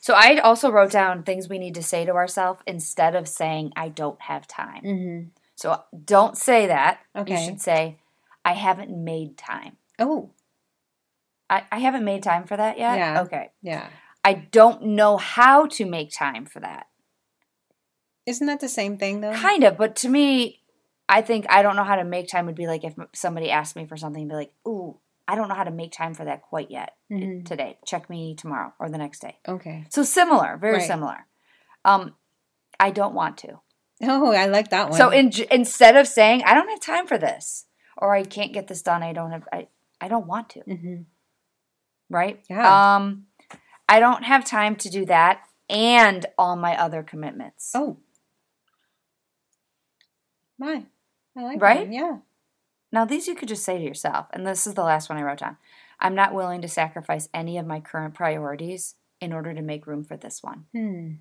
Speaker 2: so I also wrote down things we need to say to ourselves instead of saying I don't have time.
Speaker 1: Mm-hmm.
Speaker 2: So don't say that. You
Speaker 1: Okay.
Speaker 2: should say I haven't made time.
Speaker 1: Oh,
Speaker 2: I, I haven't made time for that yet.
Speaker 1: Yeah.
Speaker 2: Okay.
Speaker 1: yeah.
Speaker 2: I don't know how to make time for that.
Speaker 1: Isn't that the same thing though?
Speaker 2: Kind of, but to me, I think I don't know how to make time would be like if somebody asked me for something, be like, "Ooh, I don't know how to make time for that quite yet
Speaker 1: Mhm.
Speaker 2: today. Check me tomorrow or the next day."
Speaker 1: Okay.
Speaker 2: So similar, very
Speaker 1: Right.
Speaker 2: similar. Um, I don't want to.
Speaker 1: Oh, I like that one.
Speaker 2: So in, instead of saying I don't have time for this or I can't get this done, I don't have I, I don't want to,
Speaker 1: Mhm.
Speaker 2: right?
Speaker 1: Yeah.
Speaker 2: Um I don't have time to do that and all my other commitments.
Speaker 1: Oh. My. I like that
Speaker 2: Right?
Speaker 1: one, Yeah.
Speaker 2: Now these you could just say to yourself, and this is the last one I wrote down. I'm not willing to sacrifice any of my current priorities in order to make room for this one.
Speaker 1: Hmm.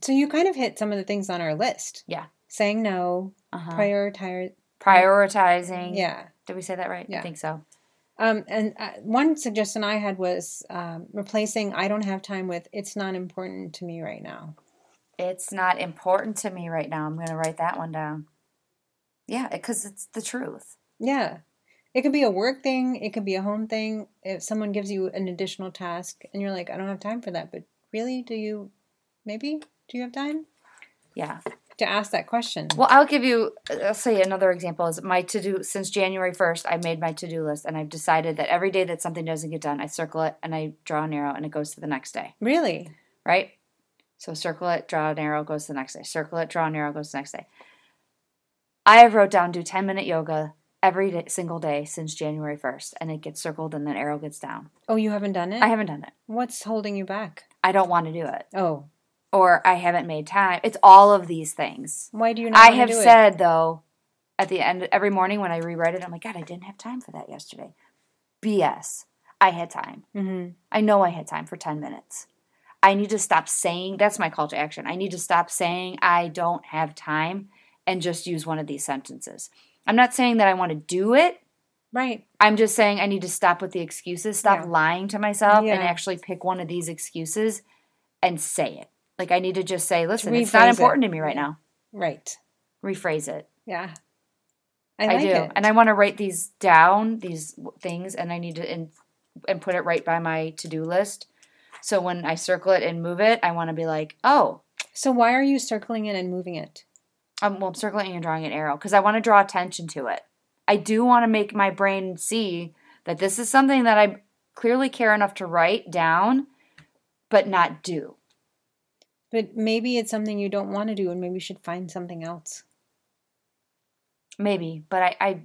Speaker 1: So you kind of hit some of the things on our list.
Speaker 2: Yeah.
Speaker 1: Saying no,
Speaker 2: Uh-huh.
Speaker 1: prioritize.
Speaker 2: Prioritizing.
Speaker 1: Yeah.
Speaker 2: Did we say that right? I
Speaker 1: Yeah.
Speaker 2: think so.
Speaker 1: Um, and uh, one suggestion I had was um, replacing "I don't have time" with "It's not important to me right now."
Speaker 2: It's not important to me right now. I'm going to write that one down. Yeah, because it's the truth.
Speaker 1: Yeah, it could be a work thing, it could be a home thing. If someone gives you an additional task and you're like, "I don't have time for that," but really, do you? Maybe do you have time
Speaker 2: Yeah.
Speaker 1: to ask that question?
Speaker 2: Well, I'll give you, I'll say another example is my to do, since January 1st, I made my to do list and I've decided that every day that something doesn't get done, I circle it and I draw an arrow and it goes to the next day,
Speaker 1: Really?
Speaker 2: right? So circle it, draw an arrow, goes to the next day. Circle it, draw an arrow, goes to the next day. I have wrote down do 10 minute yoga every day, single day since January 1st and it gets circled and then arrow gets down.
Speaker 1: Oh, you haven't done it.
Speaker 2: I haven't done it.
Speaker 1: What's holding you back?
Speaker 2: I don't want to do it
Speaker 1: Oh,
Speaker 2: or I haven't made time. It's all of these things.
Speaker 1: why do you not?
Speaker 2: I
Speaker 1: wanna
Speaker 2: have
Speaker 1: do it?
Speaker 2: said though, at the end every morning when I rewrite it, I'm like, God, I didn't have time for that yesterday. BS. I had time.
Speaker 1: Mhm.
Speaker 2: I know I had time for ten minutes. I need to stop saying that's my call to action. I need to stop saying I don't have time and just use one of these sentences. I'm not saying that I want to do it.
Speaker 1: Right.
Speaker 2: I'm just saying I need to stop with the excuses, stop
Speaker 1: Yeah.
Speaker 2: lying to myself,
Speaker 1: Yeah.
Speaker 2: and actually pick one of these excuses and say it. Like I need to just say, listen, it's
Speaker 1: rephrase
Speaker 2: not
Speaker 1: it.
Speaker 2: important to me right now.
Speaker 1: Right.
Speaker 2: Rephrase it.
Speaker 1: Yeah.
Speaker 2: I,
Speaker 1: like
Speaker 2: do,
Speaker 1: it.
Speaker 2: and I want to write these down, these w- things, and I need to and and put it right by my to do list. So when I circle it and move it, I want to be like, oh,
Speaker 1: so why are you circling it and moving it?
Speaker 2: I'm well, I'm circling and drawing an arrow because I want to draw attention to it. I do want to make my brain see that this is something that I clearly care enough to write down, but not do.
Speaker 1: But maybe it's something you don't want to do, and maybe you should find something else.
Speaker 2: Maybe, but I I,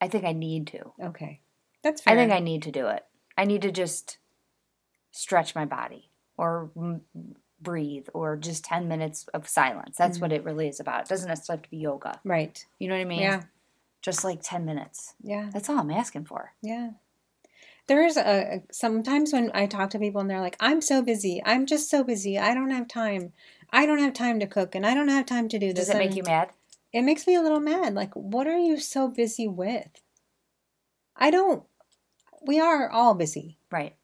Speaker 2: I think I need to.
Speaker 1: Okay, that's fair.
Speaker 2: I think I need to do it. I need to just stretch my body or m- breathe or just 10 minutes of silence. That's what it really is about. It doesn't necessarily have to be yoga.
Speaker 1: right.
Speaker 2: You know what I mean?
Speaker 1: Mm-hmm. Yeah, Mm-hmm.
Speaker 2: Just like 10 minutes.
Speaker 1: yeah,
Speaker 2: That's all I'm asking for.
Speaker 1: yeah. There is a sometimes when I talk to people and they're like, "I'm so busy. I'm just so busy. I don't have time. I don't have time to cook, and I don't have time to do this."
Speaker 2: Does it make
Speaker 1: and
Speaker 2: you mad?
Speaker 1: It makes me a little mad. Like, what are you so busy with? I don't. We are all busy.
Speaker 2: Right.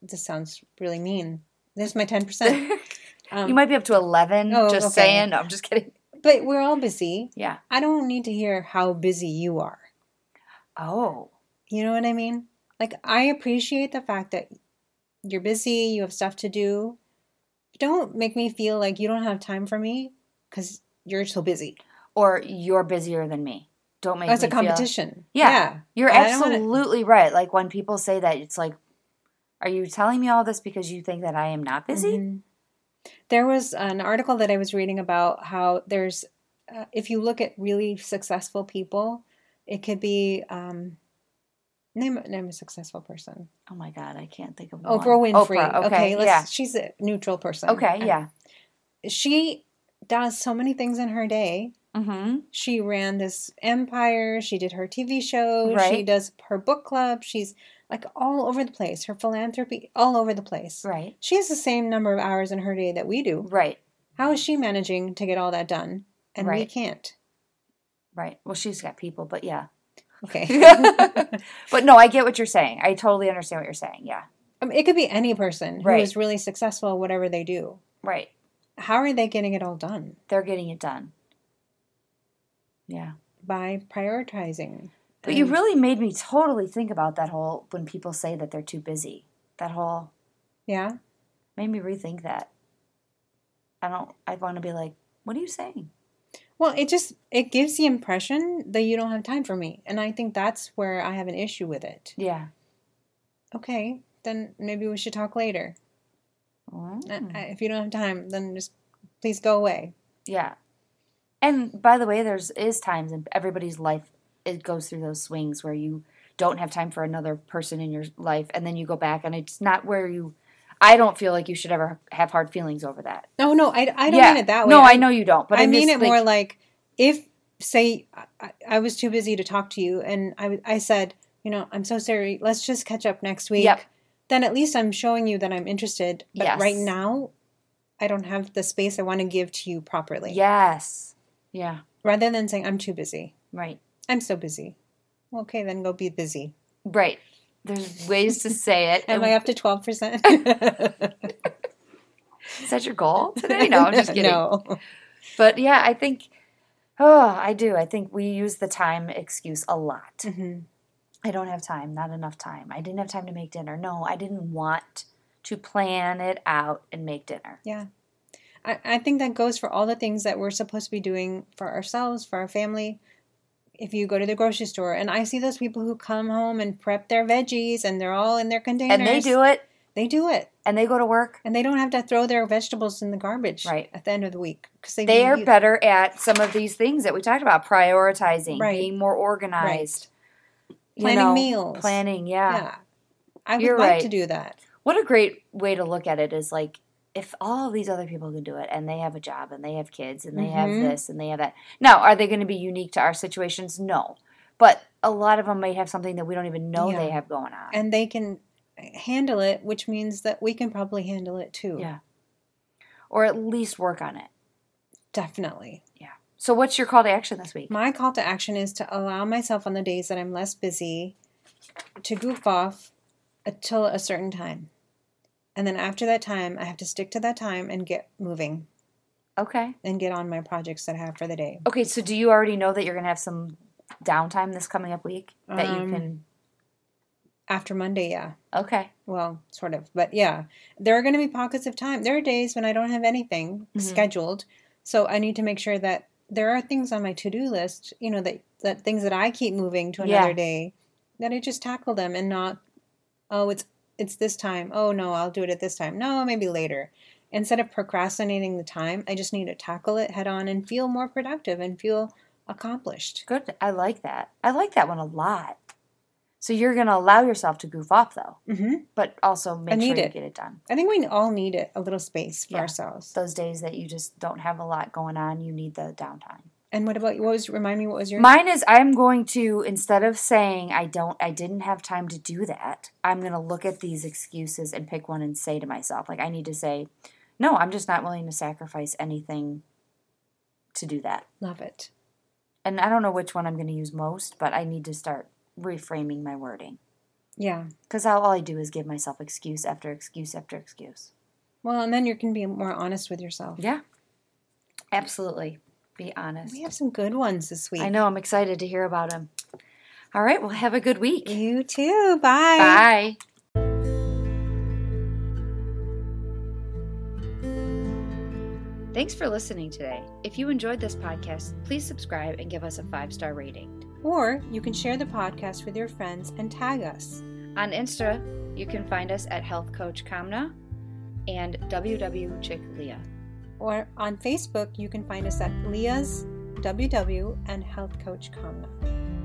Speaker 1: This sounds really mean. There's my ten percent. Um,
Speaker 2: you might be up to 11,
Speaker 1: oh,
Speaker 2: just
Speaker 1: okay.
Speaker 2: saying. No, I'm just kidding.
Speaker 1: But we're all busy.
Speaker 2: Yeah.
Speaker 1: I don't need to hear how busy you are.
Speaker 2: Oh,
Speaker 1: You know what I mean? Like, I appreciate the fact that you're busy, you have stuff to do. Don't make me feel like you don't have time for me because you're so busy.
Speaker 2: or you're busier than me. Don't make
Speaker 1: That's
Speaker 2: me
Speaker 1: a
Speaker 2: feel-
Speaker 1: competition.
Speaker 2: Yeah. You're
Speaker 1: I don't wanna-
Speaker 2: absolutely right. Like when people say that, it's like, are you telling me all this because you think that I am not busy?
Speaker 1: Mhm. There was an article that I was reading about how there's, uh, if you look at really successful people, it could be um, Name name a successful person.
Speaker 2: Oh my god, I can't think of one.
Speaker 1: Oprah Winfrey.
Speaker 2: Oprah,
Speaker 1: okay,
Speaker 2: Oh, okay,
Speaker 1: let's,
Speaker 2: yeah.
Speaker 1: she's a neutral person.
Speaker 2: Okay,
Speaker 1: And
Speaker 2: yeah.
Speaker 1: She does so many things in her day.
Speaker 2: Mm-hmm.
Speaker 1: She ran this empire. She did her TV show. She
Speaker 2: Right.
Speaker 1: does her book club. She's like all over the place. Her philanthropy, all over the place.
Speaker 2: Right.
Speaker 1: She has the same number of hours in her day that we do.
Speaker 2: Right.
Speaker 1: How is she managing to get all that done? And we
Speaker 2: Right.
Speaker 1: can't.
Speaker 2: Right. Well, she's got people, but yeah.
Speaker 1: Okay.
Speaker 2: but no, I get what you're saying. I totally understand what you're saying. Yeah.
Speaker 1: I mean, it could be any person who
Speaker 2: Right.
Speaker 1: is really successful at whatever they do.
Speaker 2: Right.
Speaker 1: How are they getting it all done?
Speaker 2: They're getting it done. Yeah.
Speaker 1: By prioritizing.
Speaker 2: But you
Speaker 1: And-
Speaker 2: really made me totally think about that whole when people say that they're too busy. That whole
Speaker 1: Yeah.
Speaker 2: made me rethink that. I don't I want to be like, what are you saying?
Speaker 1: Well, it just it gives the impression that you don't have time for me, and I think that's where I have an issue with it.
Speaker 2: Yeah.
Speaker 1: Okay, then maybe we should talk later. Uh,
Speaker 2: Mm.
Speaker 1: If you don't have time, then just please go away.
Speaker 2: Yeah. And by the way, there's is times in everybody's life it goes through those swings where you don't have time for another person in your life and then you go back and it's not where you I don't feel like you should ever have hard feelings over that.
Speaker 1: No, no, I, I don't
Speaker 2: Yeah.
Speaker 1: mean it that way.
Speaker 2: No, I, know you don't, but
Speaker 1: I mean it more
Speaker 2: like
Speaker 1: like if say I- I, I was too busy to talk to you, and I w- I said, you know, I'm so sorry. Let's just catch up next week.
Speaker 2: Yep.
Speaker 1: Then at least I'm showing you that I'm interested. But
Speaker 2: Yes.
Speaker 1: right now, I don't have the space I want to give to you properly.
Speaker 2: Yes. Yeah.
Speaker 1: Rather than saying I'm too busy.
Speaker 2: Right.
Speaker 1: I'm so busy. Okay, then go be busy.
Speaker 2: Right. There's ways to say it.
Speaker 1: Am I up to 12%?
Speaker 2: Is that your goal today? No, I'm just kidding.
Speaker 1: No.
Speaker 2: But yeah, I think oh, I do. I think we use the time excuse a lot.
Speaker 1: Mhm.
Speaker 2: I don't have time, not enough time. I didn't have time to make dinner. No, I didn't want to plan it out and make dinner.
Speaker 1: Yeah. I, I think that goes for all the things that we're supposed to be doing for ourselves, for our family. If you go to the grocery store, and I see those people who come home and prep their veggies and they're all in their containers.
Speaker 2: And they do it
Speaker 1: They do it.
Speaker 2: and they go to work.
Speaker 1: And they don't have to throw their vegetables in the garbage
Speaker 2: Right.
Speaker 1: at the end of the week. because They,
Speaker 2: They are
Speaker 1: you-
Speaker 2: better at some of these things that we talked about prioritizing,
Speaker 1: Right.
Speaker 2: being more organized, you
Speaker 1: Planning
Speaker 2: know,
Speaker 1: meals.
Speaker 2: planning. Yeah.
Speaker 1: Yeah. I would
Speaker 2: You're
Speaker 1: like
Speaker 2: right.
Speaker 1: to do that.
Speaker 2: What a great way to look at it is like if all of these other people can do it and they have a job and they have kids and they have
Speaker 1: Mhm.
Speaker 2: this and they have that. Now, are they going to be unique to our situations? No. But a lot of them may have something that we don't even know
Speaker 1: Yeah.
Speaker 2: they have going on.
Speaker 1: and they can handle it, which means that we can probably handle it too.
Speaker 2: Yeah. or at least work on it.
Speaker 1: Definitely.
Speaker 2: So, what's your call to action this week?
Speaker 1: My call to action is to allow myself on the days that I'm less busy to goof off until a certain time. And then after that time, I have to stick to that time and get moving
Speaker 2: Okay.
Speaker 1: and get on my projects that I have for the day.
Speaker 2: Okay. So, do you already know that you're going to have some downtime this coming up week that
Speaker 1: Um,
Speaker 2: you can?
Speaker 1: After Monday, yeah.
Speaker 2: Okay.
Speaker 1: Well, sort of. But yeah, there are going to be pockets of time. There are days when I don't have anything
Speaker 2: Mm-hmm.
Speaker 1: scheduled. So I need to make sure that there are things on my to do list, you know, that, that things that I keep moving to another
Speaker 2: Yeah.
Speaker 1: day, that I just tackle them and not, oh, it's it's this time. Oh no, I'll do it at this time. No, maybe later. Instead of procrastinating the time, I just need to tackle it head on and feel more productive and feel accomplished.
Speaker 2: Good. I like that. I like that one a lot. So, you're going to allow yourself to goof off though,
Speaker 1: hmm
Speaker 2: but also make
Speaker 1: need
Speaker 2: sure you
Speaker 1: it.
Speaker 2: get it done.
Speaker 1: I think we all need it, a little space for
Speaker 2: Yeah.
Speaker 1: ourselves.
Speaker 2: Those days that you just don't have a lot going on, you need the downtime.
Speaker 1: And what about what was remind me what was your
Speaker 2: Mine is I'm going to instead of saying I don't I didn't have time to do that, I'm going to look at these excuses and pick one and say to myself like I need to say no, I'm just not willing to sacrifice anything to do that.
Speaker 1: love it?
Speaker 2: And I don't know which one I'm going to use most, but I need to start reframing my wording
Speaker 1: Yeah.
Speaker 2: cuz all I do is give myself excuse after excuse after excuse.
Speaker 1: Well, and then you can be more honest with yourself.
Speaker 2: Yeah. Absolutely. Be honest.
Speaker 1: We have some good ones this week.
Speaker 2: I know I'm excited to hear about him. All right, well have a good week.
Speaker 1: You too. Bye.
Speaker 2: Bye. Thanks for listening today. If you enjoyed this podcast, please subscribe and give us a five star rating.
Speaker 1: Or you can share the podcast with your friends and tag us.
Speaker 2: On Insta, you can find us at Health Coach Kamna and WW Chick Leah.
Speaker 1: Or on Facebook, you can find us at Leah's WW and Health Coach Kamna.